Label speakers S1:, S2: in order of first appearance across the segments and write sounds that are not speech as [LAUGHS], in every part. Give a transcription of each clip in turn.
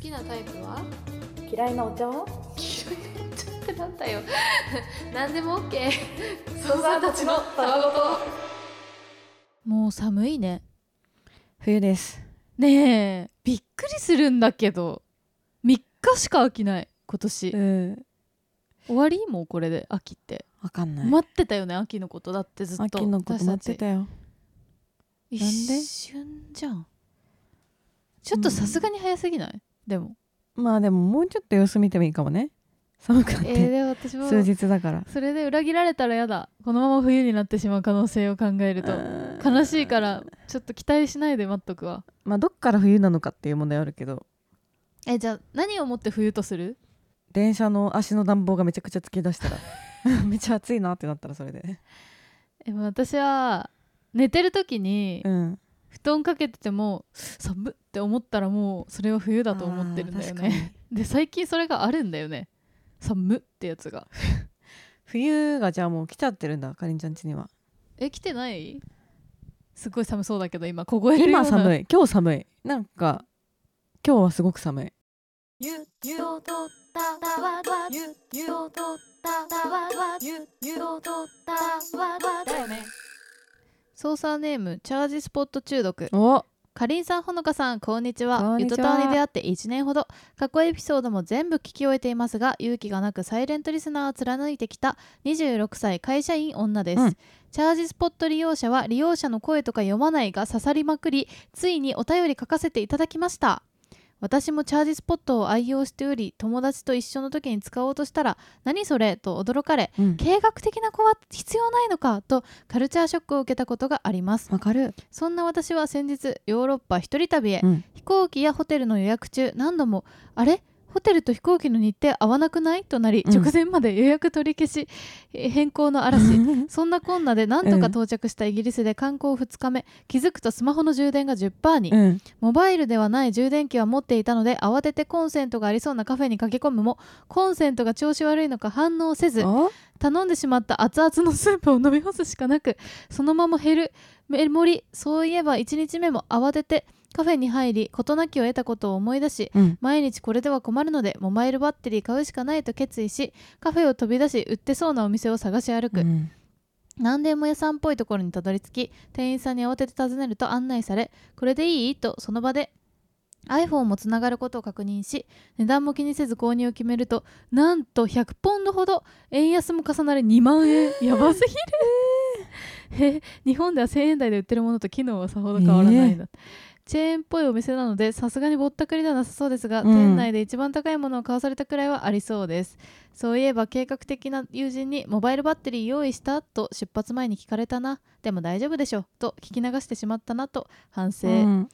S1: きなタイプは
S2: 嫌いなお茶は
S1: 黄色いのちょっとなんだよ何でも OK
S2: 父さんたちのたわ
S3: もう寒いね
S4: 冬です
S3: ねえびっくりするんだけど3日しか飽きない今年、
S4: うん
S3: 終わりもうこれで秋って、
S4: わかんない、
S3: 待ってたよね秋のことだってずっと
S4: 秋のこと
S3: 私
S4: 待
S3: た
S4: っ
S3: ち
S4: てたよ
S3: 一
S4: なんで
S3: 瞬じゃんちょっとさすがに早すぎない、でも
S4: まあでももうちょっと様子見てもいいかもね寒くなって、
S3: えー、でも私も
S4: 数日だから
S3: それで裏切られたらやだこのまま冬になってしまう可能性を考えると
S4: うん
S3: 悲しいからちょっと期待しないで待っとくわ
S4: まあどっから冬なのかっていう問題あるけど
S3: えじゃあ何をもって冬とする
S4: 電車の足の暖房がめちゃくちゃつき出したらめっちゃ暑いなってなったらそれで
S3: えもう私は寝てる時に
S4: うん
S3: 布団かけてても寒っって思ったらもうそれは冬だと思ってるんだよ
S4: あー確
S3: ね [LAUGHS] で最近それがあるんだよね寒っってやつが
S4: 冬がじゃあもう来ちゃってるんだかりんちゃん家には
S3: え来てないすごい寒そうだけど今凍えるような
S4: 今寒
S3: い
S4: い今日寒いなんか今日はすごく寒い
S3: 操作ネームチャージスポット中毒
S4: お
S3: かりんさんほのかさんこんにちは
S4: こんにち
S3: ゆと
S4: は
S3: たわに出会って1年ほど過去エピソードも全部聞き終えていますが勇気がなくサイレントリスナーを貫いてきた26歳会社員女です、
S4: うん
S3: チャージスポット利用者は利用者の声とか読まないが刺さりまくりついにお便り書かせていただきました私もチャージスポットを愛用しており友達と一緒の時に使おうとしたら何それと驚かれ
S4: うん
S3: 計画的な子は必要ないのかとカルチャーショックを受けたことがあります
S4: わかる
S3: そんな私は先日ヨーロッパ一人旅へ、
S4: うん
S3: 飛行機やホテルの予約中何度もあれホテルと飛行機の日程合わなくないとなり、
S4: うん
S3: 直前まで予約取り消しえー変更の
S4: [LAUGHS]
S3: 嵐 [LAUGHS] そんなこんなでなんとか到着したイギリスで観光2日目、気づくとスマホの充電が10%に、
S4: うん
S3: モバイルではない充電器は持っていたので慌ててコンセントがありそうなカフェに駆け込むもコンセントが調子悪いのか反応せず
S4: お
S3: 頼んでしまった熱々のスープを飲み干すしかなくそのまま減るメモリそういえば1日目も慌ててカフェに入り事なきを得たことを思い出し
S4: うん
S3: 毎日これでは困るのでモバイルバッテリー買うしかないと決意しカフェを飛び出し売ってそうなお店を探し歩く、
S4: うん
S3: 何でも屋さんっぽいところにたどり着き店員さんに慌てて尋ねると案内されこれでいいとその場で iPhone もつながることを確認し値段も気にせず購入を決めるとなんと100ポンドほど円安も重なり2万円やばすぎるえ [LAUGHS] 日本では1000円台で売ってるものと機能はさほど変わらないんだ、チェーンっぽいお店なのでさすがにぼったくりではなさそうですが、
S4: うん
S3: 店内で一番高いものを買わされたくらいはありそうですそういえば計画的な友人にモバイルバッテリー用意したと出発前に聞かれたなでも大丈夫でしょと聞き流してしまったなと反省、
S4: うん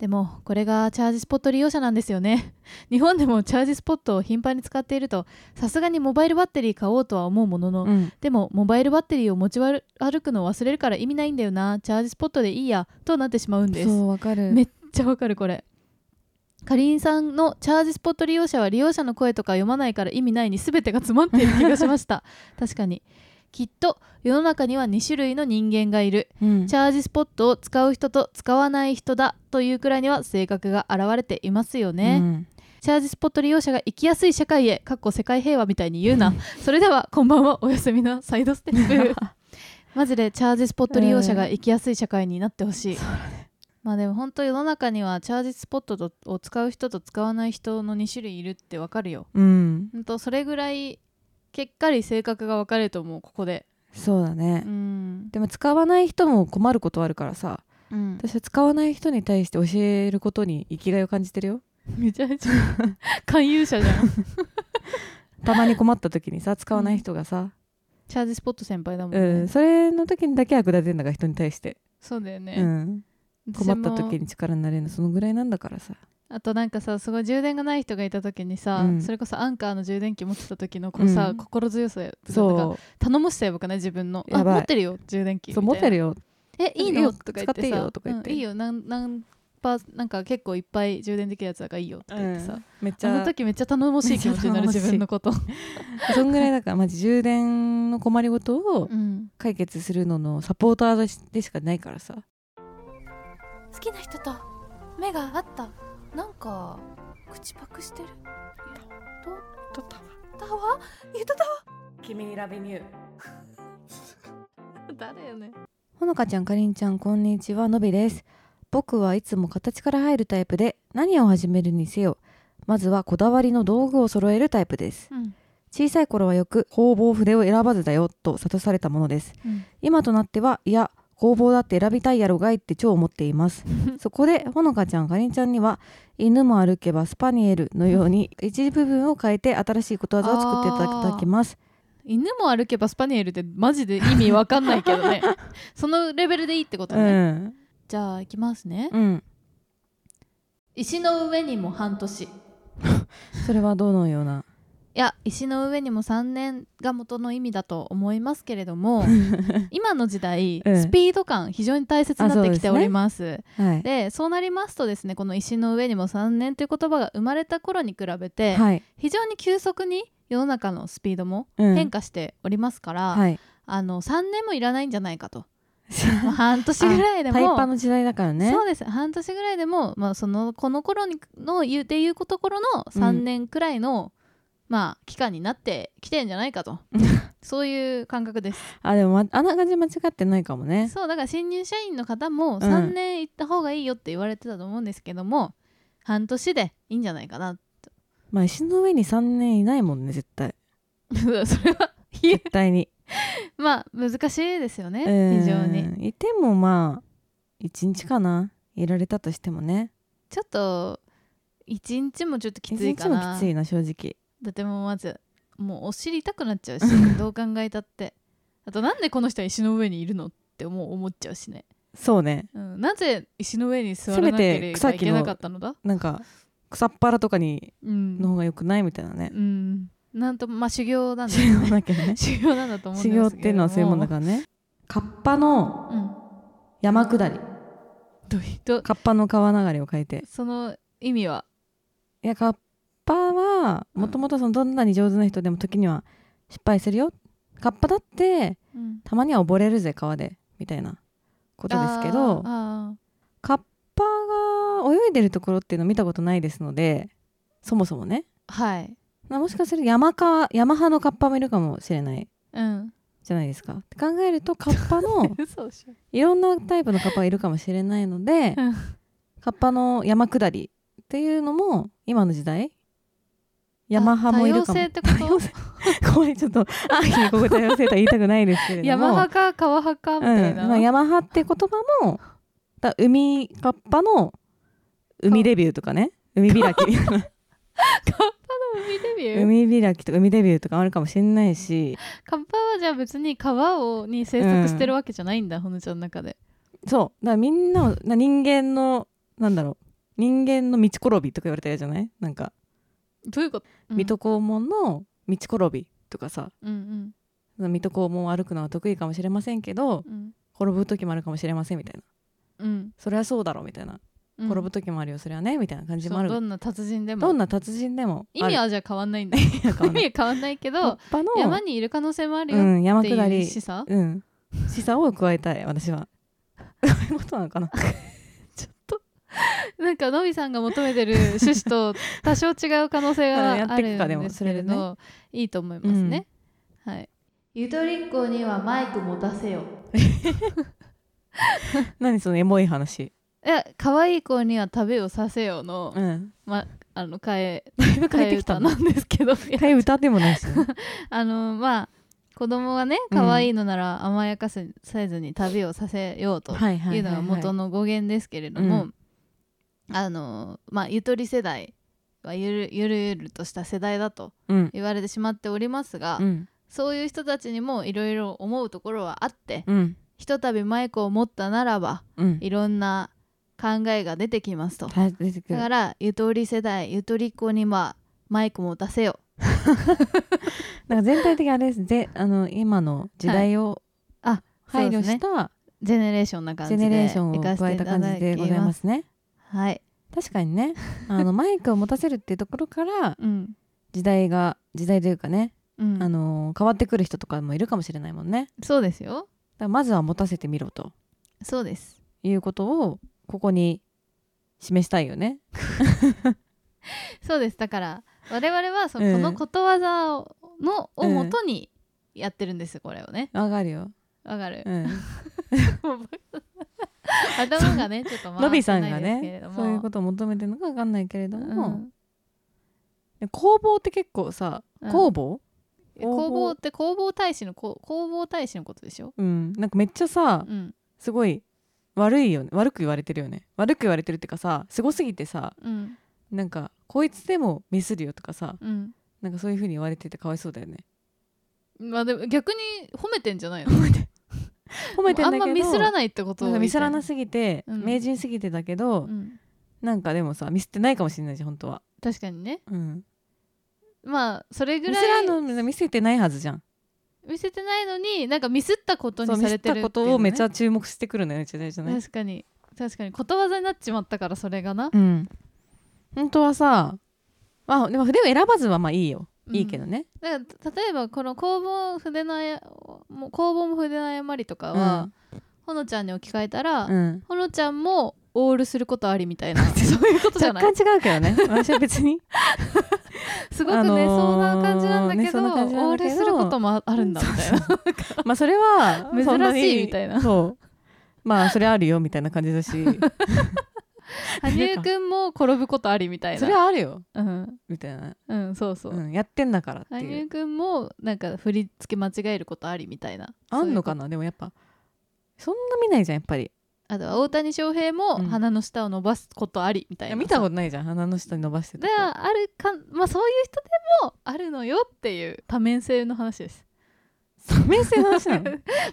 S3: でもこれがチャージスポット利用者なんですよね [LAUGHS] 日本でもチャージスポットを頻繁に使っているとさすがにモバイルバッテリー買おうとは思うものの、
S4: うん
S3: でもモバイルバッテリーを持ち歩くのを忘れるから意味ないんだよなチャージスポットでいいやとなってしまうんです
S4: そうわかる
S3: めっちゃわかるこれかりんさんのチャージスポット利用者は利用者の声とか読まないから意味ないに全てが詰まっている気がしました
S4: [LAUGHS]
S3: 確かにきっと世の中には2種類の人間がいる
S4: うん
S3: チャージスポットを使う人と使わない人だというくらいには性格が現れていますよね、 [LAUGHS]
S4: うん
S3: チャージスポット利用者が生きやすい社会へかっこ世界平和みたいに言う
S4: [LAUGHS]
S3: なそれではこんばんはおやすみなサイドステップマジでチャージスポット利用者が生きやすい社会になってほしい、まあでも本当世の中にはチャージスポットとを使う人と使わない人の2種類いるってわかるよ
S4: うん
S3: ほんとそれぐらいけっかり性格が分かれると思うここで
S4: そうだね
S3: うん、
S4: でも使わない人も困ることあるからさ
S3: うん、
S4: 私は使わない人に対して教えることに生きがいを感じてるよ
S3: めちゃめちゃ勧誘者じゃん
S4: たまに困った時
S3: [LAUGHS]
S4: にさ使わない人がさ、
S3: チャージスポット先輩だもん
S4: う
S3: ね、
S4: んそれの時にだけ役立てるんだから人に対して、
S3: そうだよね、
S4: うん、
S3: 私
S4: 困
S3: も
S4: った時に力になれるのそのぐらいなんだからさ
S3: あとなんかさすごい充電がない人がいた時にさ、
S4: うん
S3: それこそアンカーの充電器持ってた時のこうさ、
S4: うん
S3: 心強さとか
S4: そ
S3: 頼もしさやばくない自分の
S4: やばい
S3: あ持ってるよ充電器
S4: うそう持ってる
S3: よ
S4: よ
S3: えいい
S4: いい
S3: の
S4: よ
S3: とか言ってさ
S4: 使っていいよとか言って
S3: うんいいよなんなんパーなんか結構いっぱい充電できるやつだからいいよって言ってさ、
S4: うんめっち
S3: あの
S4: ゃ
S3: 時めっちゃ頼もしい気持ちになる
S4: めっち
S3: 自
S4: ゃ頼もしい
S3: 分のこと、
S4: [LAUGHS] そんぐらいだからマジ充電の困りごと
S3: う
S4: を
S3: ん、
S4: 解決するののサポーターでしかないからさ
S1: 好きな人と目が合ったなんか口パクしてる
S5: とたわ
S1: タワーゆとたわ
S5: 君にラビニュー
S1: 誰よね
S4: ほのかちゃんかりんちゃんこんにちはのびです僕はいつも形から入るタイプで何を始めるにせよまずはこだわりの道具を揃えるタイプです
S3: うん
S4: 小さい頃はよく工房筆を選ばずだよと諭されたものです
S3: うん
S4: 今となってはいや工房だって選びたいやろがいって超思っています
S5: [LAUGHS]
S4: そこでほのかちゃんかりんちゃんには犬も歩けばスパニエルのように一部分を変えて新しいことわざを作っていただき
S3: あー
S4: いただきます
S3: 犬も歩けばスパニエルってマジで意味わかんないけど
S4: [LAUGHS]
S3: ねそのレベルでいいってこと
S4: う
S3: ね、
S4: ん
S3: じゃあいきますね
S4: うん
S3: 石の上にも半年い
S4: それはどのような
S3: や石の上にも3年が元の意味だと思いますけれど
S4: [LAUGHS]
S3: も今の時代、
S4: うん
S3: スピード感非常に大切になってきております
S4: はい
S3: でそうなりますとですねこの石の上にも3年という言葉が生まれた頃に比べて、
S4: はい、
S3: 非常に急速に世の中のスピードも
S4: うん
S3: 変化しておりますから、
S4: はい
S3: あの3年もいらないんじゃないかと、
S4: [LAUGHS]
S3: まあ半年ぐらいでも
S4: タイパの時代だからね
S3: そうです半年ぐらいでも、まあ、そのこの頃にの言うていうところの3年くらいの、まあ期間になってきてんじゃないかと
S4: [LAUGHS]
S3: そういう感覚です
S4: あでもまあながち間違ってないかもね
S3: そうだから新入社員の方も
S4: ん
S3: 3年行った方がいいよって言われてたと思うんですけども、半年でいいんじゃないかな [LAUGHS]
S4: まあ石の上に3年いないもんね絶対
S3: それはいえ
S4: 絶対に
S3: まあ難しいです [LAUGHS] よね
S4: うん
S3: 非常に
S4: いてもまあ1日かないられたとしてもね
S3: ちょっと一日もちょっとき
S4: 一
S3: つい
S4: 日
S3: か
S4: も
S3: な
S4: きついな正直
S3: だってもうまずもうお尻痛くなっ
S4: [LAUGHS]
S3: ちゃうしどう考えたってあとなんでこの人は石の上にいるのってもう思っちゃうしね、
S4: そうね
S3: うん、なぜ石の上に座らなければいけなかったのだ
S4: なんか草っぱらとかに
S3: うん
S4: の方がよくないみたいなね
S3: うんなんとまあ修行なんだ
S4: 修
S3: [LAUGHS]
S4: 行だけどね
S3: 修行なんだと思うん
S4: [LAUGHS] 修
S3: ですけれ
S4: 行
S3: ども
S4: っていうのはそういうもんだからねカッパの
S3: ら、うん、
S4: 山下り
S3: どういうど
S4: カッパの川流れを書いて
S3: その意味はい
S4: やカッパはもともとそのどんなに上手な人でも時には失敗するよカッパだって
S3: うん
S4: たまには溺れるぜ川でみたいなことですけど
S3: あーあ
S4: カッパが泳いでるところっていうのを見たことないですのでそもそもね
S3: ーはい
S4: なもしかすると山か山派のカッパもいるかもしれない
S3: うん
S4: じゃないですかって考えるとカッ
S3: [LAUGHS]
S4: パの
S3: 嘘でしょ
S4: いろんなタイプのカッパがいるかもしれないので
S3: うん
S4: カッパの山下りっていうのも今の時代山派もいるか
S3: 多
S4: も
S3: 様性ってこと
S4: ごめんちょっとあーひーここ多様性とは言いたくないですけれども
S3: 山派か川派かみたいな、
S4: うんまあ、ヤマハって言葉もだ海カッパの海デビューとかね海開
S3: [LAUGHS]
S4: き
S3: カッパの海デビュー
S4: 海開きとか海デビューとかあるかもしれないし
S3: カッパはじゃあ別に川をに生息してるわけじゃないんだ、ほのちゃんの中で
S4: そうだからみんなをな人間のなんだろう人間の道転びとか言われたら嫌じゃないなんか、
S3: どういうこと、うん、
S4: 水戸黄門の道転びとかさ
S3: うん
S4: 水戸黄門を歩くのは得意かもしれませんけど
S3: うんうん
S4: 転ぶ時もあるかもしれませんみたいな
S3: うん
S4: それはそうだろうみたいな、
S3: うん
S4: 転ぶ時もあるよそれはねみたいな感じも
S3: そ
S4: あ
S3: う
S4: る
S3: どんな達人でも
S4: どんな達人でも
S3: 意味
S4: あ
S3: はじゃあ変わんないんだ
S4: る意味
S3: [LAUGHS] 意
S4: は変わんない
S3: 味は変わんないけ
S4: 葉
S3: ど
S4: っぱの
S3: 山にいる可能性もある
S4: う
S3: よ
S4: ん、山
S3: ってい
S4: 下
S3: う
S4: り
S3: 示唆、
S4: うん示唆を加えたい私はそういうことなの
S3: [LAUGHS]
S4: かな
S3: なんかのびさんが求めてる趣旨と多少違う可能性
S4: [LAUGHS] うんや
S3: があ
S4: ってくか
S3: るんですけれ
S4: でも
S3: ど、いいと思いますね、はいゆとりっ子にはマイク持たせよ
S4: 何そのエモい話
S3: いや可愛い子には食べをさせよの、
S4: うん
S3: まあの替え
S4: だいぶ変
S3: 替
S4: え
S3: え
S4: てきた
S3: 歌
S4: の
S3: なんです [LAUGHS] けどいや
S4: 替え歌でもない
S3: [LAUGHS]
S4: し、ね、
S3: あのまあ子供がね
S4: うん
S3: 可愛いのなら甘やかせさずに旅をさせようと
S4: はいはいいう
S3: のが元
S4: の
S3: の語源ですけれども、あのまあゆとり世代はゆるゆるゆるとした世代だと
S4: うん
S3: 言われてしまっておりますが、
S4: うん
S3: そういう人たちにもいろいろ思うところはあって、
S4: うん
S3: ひとたびマイクを持ったならば
S4: うん
S3: いろんな考えが出てきますと
S4: はい出てく
S3: だ
S4: る
S3: からゆとり世代ゆとりっ子にはマイクも出せよ
S4: なんか全体的にあれですであの今の時代を
S3: はいあ
S4: 配
S3: そうで
S4: 慮
S3: すね
S4: した
S3: ジェネレーションな感
S4: ジ
S3: じで
S4: ェネレーションを
S3: 行かせ
S4: 加
S3: て
S4: えた感じでござい
S3: だき
S4: ま
S3: ます
S4: すね
S3: はい、
S4: 確かにねあのマイクを持たせるっていうところから
S3: うん
S4: 時代が時代というかね、
S3: うん、
S4: あの変わってくる人とかもいるかもしれないもんね
S3: そうですよ
S4: だからまずは持たせてみろと
S3: そうです
S4: いうことをここに示したいよね。
S3: そうですだから我々はその、
S4: うん
S3: このことわざをの
S4: う
S3: を
S4: ん
S3: もとにやってるんですこれをね
S4: わかるよ、
S3: わかる、 [LAUGHS]
S4: うん、
S3: 頭がねちょっと
S4: ロ
S3: 回って
S4: ビーさん
S3: な
S4: が
S3: いですけれ
S4: ね
S3: ども
S4: そういうことを求めてるのかわかんないけれど
S3: う
S4: も、
S3: ん
S4: 工房って結構さ、
S3: うん
S4: 工房
S3: え工房って工房大使のこ工房大使のことでしょ、
S4: うんなんかめっちゃさ
S3: うん
S4: すごい悪いよね悪く言われてるよね悪く言われてるっていうかさすごすぎてさ
S3: うん
S4: なんかこいつでもミスるよとかさ
S3: うん、
S4: なんかそういう風に言われててかわいそうだよね
S3: まあでも逆に褒めてんじゃないの
S4: 褒めてんだけど
S3: あんまミスらないってこと
S4: なんかミスらな
S3: み
S4: すぎて、
S3: うん
S4: 名人すぎてだけ
S3: た
S4: ど、
S3: いなうん、
S4: なんかでもさミスってないかもしれないじゃん本当は、
S3: 確かにね
S4: うん、
S3: まあそれぐ
S4: ミス
S3: ら
S4: ら
S3: い
S4: んの見せてないはずじゃん
S3: 見せてないのになんかミスったこと
S4: そう
S3: に
S4: ミ
S3: さ
S4: ス
S3: れ
S4: って
S3: るっ
S4: た
S3: ていう、ね、
S4: ことをめちゃ注目してくるのようちのじゃない
S3: 確かに確かにことわざになっちまったからそれがな、
S4: うん本当はさまあでも筆を選ばずはまあいいよ、いいけどね
S3: だから例えばこの工房筆のあやもう工房も筆の誤りとかは、
S4: は
S3: ほのちゃんに置き換えたら、
S4: うん、うん
S3: ほのちゃんもオールすることありみたい
S4: [LAUGHS]
S3: なそういうことじゃ
S4: 若
S3: な
S4: 干
S3: い
S4: 違うけどね私は別に
S3: [LAUGHS] すごくね、
S4: あのー
S3: そうな感じなんだけ
S4: ねそ
S3: ど
S4: んな感じなん
S3: オー
S4: だけど
S3: ルすることもああるんだみたいな
S4: まあそれは
S3: [LAUGHS] 珍しい
S4: そんに
S3: みたいな
S4: そうまあそれあるよみたいな感じだ
S3: [LAUGHS]
S4: し
S3: 羽
S4: [LAUGHS]
S3: 生くんも転ぶことありみたいな
S4: それはあるよ
S3: うん
S4: みたいな、
S3: うんそうそう、
S4: うん、やってんだからって
S3: 羽
S4: いう
S3: 生くんもなんか振り付け間違えることありみたいな
S4: あんのか
S3: な
S4: なでもやっぱそんな見ないじゃんやっぱり
S3: あとは大谷翔平も
S4: うん
S3: 鼻の下を伸ばすことありみたい
S4: い
S3: な
S4: や
S3: さ、
S4: 見たことないじゃん鼻の下に伸ばして
S3: で
S4: た
S3: あるかんまあそういう人でもあるのよっていう多面性の話です
S4: 多面性の話な [LAUGHS]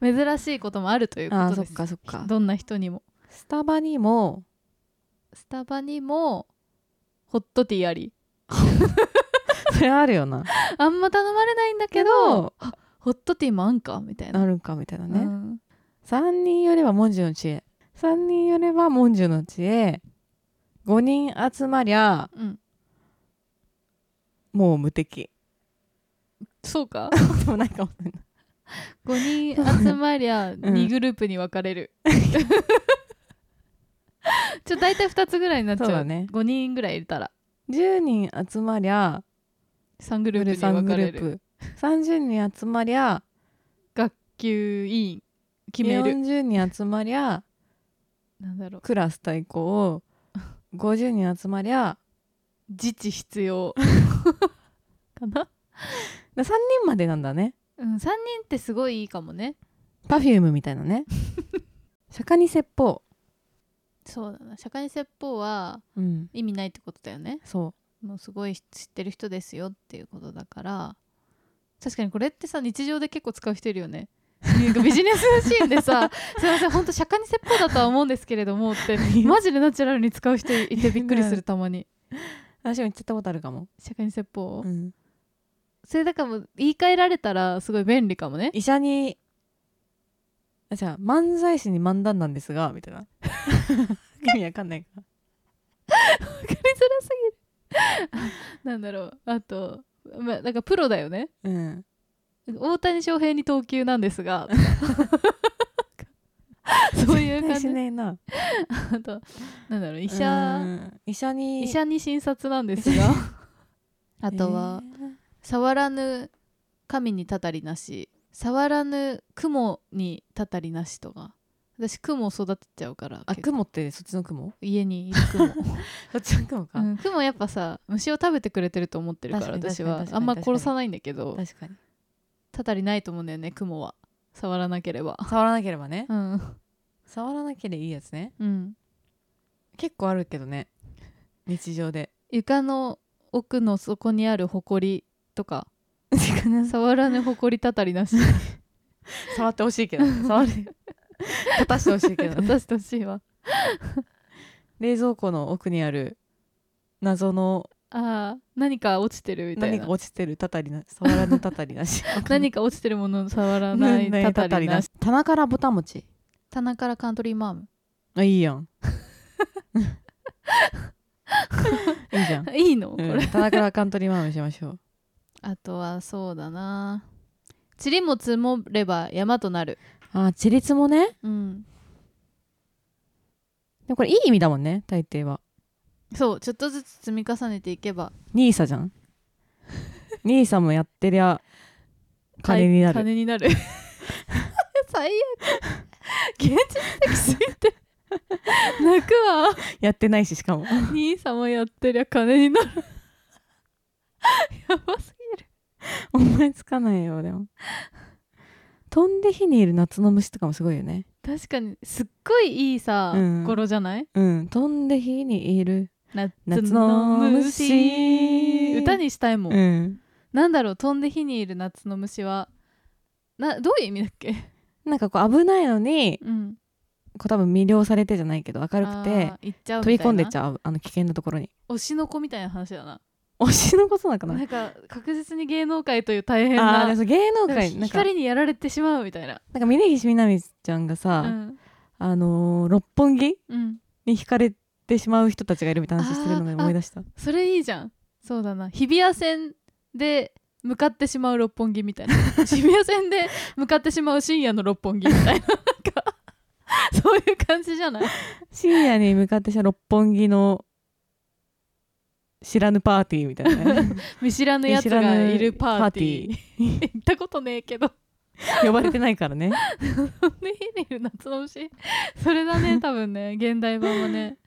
S4: の
S3: 珍しいこともあるというこ
S4: あー
S3: と
S4: そ
S3: で
S4: っ
S3: す
S4: かそっか
S3: どんな人にも
S4: スタバにも
S3: スタバにもホットティーあり
S4: それあるよな
S3: あんま頼まれないんだけ
S4: け
S3: ど
S4: ど
S3: ホットティーもあんかみたいな
S4: あるんかみたいな
S3: う
S4: ね、
S3: ん
S4: 三3人よれば文殊の知恵3人よれば文殊の知恵5人集まりゃ
S3: うん
S4: もう無敵
S3: そう
S4: [LAUGHS]
S3: か
S4: でもないかもしれない
S3: 5人集まりゃ2グループに分かれ
S4: [LAUGHS]
S3: る、ちょ大体2つぐらいになっち
S4: そう
S3: ゃ
S4: だ
S3: う
S4: ね
S3: 5人ぐらい入れたら
S4: 10人集まりゃ
S3: 3グループに
S4: 3
S3: 分
S4: グ
S3: か
S4: ル
S3: れ
S4: ー
S3: る
S4: プ30人集まりゃ
S3: 学級委員決める
S4: 40人集まりゃ
S3: なんだろう
S4: クラス対抗50人集まりゃ
S3: 自治必要かな、
S4: 3人までなんだね
S3: うん、3人ってすごいいいかもね
S4: パフュームみたいな [LAUGHS] ね釈迦に説法
S3: そうだな社会説法は
S4: うん
S3: 意味ないってことだよね
S4: そ
S3: もうすごい知ってる人ですよっていうことだから確かにこれってさ日常で結構使う人いるよねなんかビジネスシーンでさ「すいません本当釈迦に説法だとは思うんですけれども」ってマジでナチュラルに使う人いてびっくりするたまに
S4: う私も言っちゃったことあるかも、
S3: 釈迦に説法、
S4: うん
S3: それだからもう言い換えられたらすごい便利かもね
S4: 医者にあじゃあ漫才師に漫談なんですがみた [LAUGHS] いな意味わかんないか
S3: 分かりづらすぎるなんだろうあと、まあ、なんかプロだよね
S4: らうん
S3: 大谷翔平に投球なんです [LAUGHS] がそういう感
S4: 絶対
S3: じ
S4: しねえな
S3: あとなんだろう医
S4: 医
S3: 者
S4: 医者に
S3: 医者に診察なんですが [LAUGHS] あとは、触らぬ神にたたりなし触らぬ雲にたたりなしとか私雲を育てちゃうから
S4: あ
S3: 結構
S4: 雲ってそっちの雲
S3: 家にいる雲
S4: そっちの雲
S3: [LAUGHS]
S4: か、
S3: うん、クモやっぱさ虫を食べてくれてると思ってるから
S4: 確かに
S3: 私は
S4: 確かに
S3: あんま
S4: 確かに
S3: 殺さないんだけど
S4: 確かに
S3: たたりないと思うんだよねクモは触らなければ
S4: 触らなければね
S3: うん
S4: 触らなければいいやつね
S3: うん
S4: 結構あるけどね日常で
S3: 床の奥の底にあるほこりとか触らぬほこりたたりなし
S4: [LAUGHS] 触ってほしいけどね [LAUGHS] 触れ立たしてほしい
S3: [LAUGHS]
S4: けどね
S3: 私としいわ
S4: [LAUGHS] 冷蔵庫の奥にある謎の
S3: あー何か落ちてるみたい
S4: 何か
S3: な
S4: 落ちてるたたりな触らぬたたりな [LAUGHS] し
S3: 何か落ちてるものを触らな
S4: 何
S3: い
S4: 々
S3: たたりなし
S4: [LAUGHS] 棚からぼたもち
S3: [LAUGHS] 棚からカントリーマーム
S4: あいい [LAUGHS] やんいいじゃ [LAUGHS] ん、
S3: いいのこれ、
S4: うん、棚からカントリーマームしましょう
S3: あとはそうだな塵も積もれば山となる
S4: あー地立もね
S3: うん
S4: でもこれいい意味だもんね大抵は
S3: そうちょっとずつ積み重ねていけば
S4: ニーサじゃ [LAUGHS] んニーサもやってりゃ金になる
S3: 金になる [LAUGHS] 最悪現実的すぎて泣くわ
S4: やってないしし [LAUGHS] かも
S3: 兄さんもやってりゃ金になるやばすぎる
S4: 思いつかないよでも飛んで火にいる夏の虫とかもすごいよね
S3: 確かにすっごいいいさ、
S4: うん
S3: 頃じゃない
S4: うん飛んで火にいる
S3: 夏
S4: 夏の虫
S3: 歌にしたいもん、
S4: うん
S3: なんだろう飛んで火にいる夏の虫はなどういう意味だっけ、
S4: なんかこう危ないのに
S3: うん、
S4: こう多分魅了されてじゃないけど明るくて
S3: あー行っちゃうみ
S4: 飛
S3: たい
S4: び
S3: な
S4: 込んでっちゃうあの危険なところに
S3: 推しの子みたいな話だな
S4: 推しのことなのかな
S3: なんか確実に芸能界という大変
S4: あー
S3: な
S4: でもそう芸
S3: な
S4: 能
S3: んか
S4: 界なんか
S3: 光にやられてしまうみたいな
S4: なんか峯岸みなみちゃんが
S3: う
S4: さ、
S3: ん
S4: あのー六本木
S3: うん
S4: に惹かれてしまう人たちがいるみたいな話してるので
S3: あー
S4: 思い出した
S3: それいいじゃんそうだな日比谷線で向かってしまう六本木み [LAUGHS] たいな渋谷線で向かってしまう深夜の六本木みたい [LAUGHS] ななんかそういう感じじゃない
S4: 深夜に向かってした六本木の知らぬパーティーみたいな、
S3: [LAUGHS]
S4: ね、
S3: 見知らぬやつがいるパーティー行ったことねえけど [LAUGHS]
S4: ー呼ばれてないからね
S3: 飛んで火にいる夏の虫それだ [LAUGHS] ね多分ね現代版はね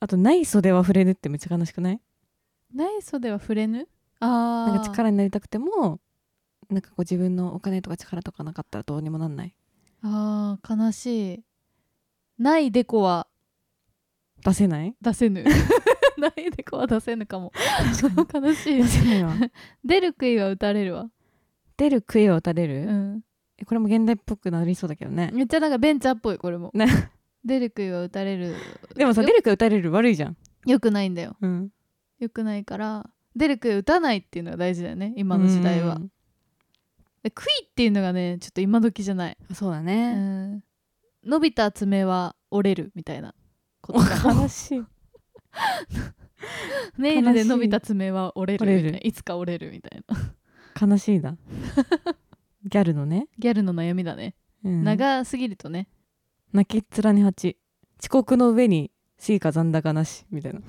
S4: あと「ない袖は触れぬ」ってめっちゃ悲しくない
S3: ない袖は触れぬあー
S4: なんか力になりたくてもなんかこう自分のお金とか力とかなかったらどうにもなんない
S3: あー悲しいないデコは
S4: 出せない
S3: 出せぬ [LAUGHS] ないデコは出せぬかも悲しい
S4: 出せないわ
S3: 出る杭は打たれるわ、
S4: [LAUGHS] 出る杭は打たれる、
S3: うん、
S4: えこれも現代っぽくなりそうだけどね
S3: めっちゃなんかベンチャーっぽいこれも、
S4: ね
S3: 出る杭は打たれる
S4: でもさ
S3: よ
S4: 出る杭打たれる悪いじゃん、
S3: よくないんだよ
S4: うん、
S3: よくないから出る杭打たないっていうのが大事だよね今の時代は
S4: うん
S3: で杭っていうのがねちょっと今時じゃない、
S4: そうだ
S3: う
S4: ね、
S3: ん、伸びた爪は折れるみたいなことかも
S4: [LAUGHS] 悲しい
S3: ネイルで伸びた爪は折れるみたいな
S4: 折れ
S3: いつか折れるみたいな
S4: 悲しいなギャルのね、
S3: ギャルの悩みだね、
S4: うん
S3: 長すぎるとね
S4: 泣きっ面に蜂遅刻の上にスイカ残高なしみたいな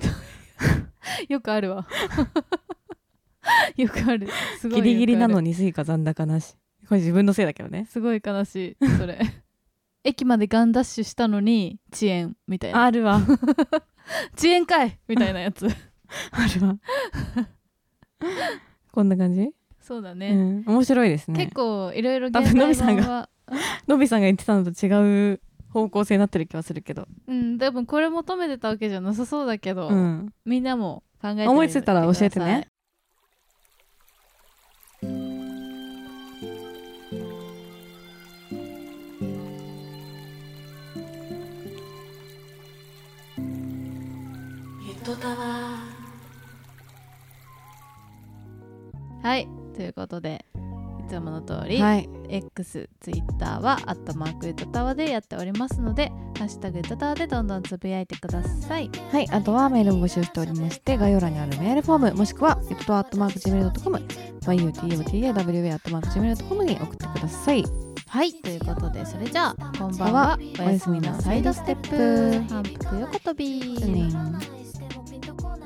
S3: よくあるわ [LAUGHS] よくあるすごい
S4: ギリギリなの
S3: に
S4: にスイカ残高なしこれ自分のせいだけどね
S3: すごい悲しいそれ [LAUGHS] 駅までガンダッシュしたのに遅延みたいな [LAUGHS]
S4: るわ
S3: 遅延かい [LAUGHS] みたいなやつ
S4: あ
S3: [LAUGHS]
S4: るわこんな感じ、
S3: そうだ
S4: う
S3: ね、
S4: ん、面白いですね
S3: 結構いろいろ
S4: 多分のび
S3: 現
S4: さ
S3: 代
S4: んが
S3: 版は
S4: のびさんが言ってたのと違う方向性になってる気はするけど、
S3: うん多分これ求めてたわけじゃなさそうだけど、
S4: うん、
S3: みんなも考えてみてくださ
S4: 思いついたら教えてね
S3: はいということでいつもの通り、
S4: はい
S3: X、Twitter は、アットマークゆたたわでやっておりますので、ハッシュタグゆたたわでどんどんつぶやいてください。
S4: はい、あとはメールも募集しておりまして、概要欄にあるメールフォーム、もしくは、ゆととアットマーク Gmail.com、yutotawa アットマーク Gmail.com に送ってください。
S3: はい、ということで、それじゃあ、こんばんは、おやすみなサイドステップ、反復横跳び。
S4: ねん
S6: してもピンとこない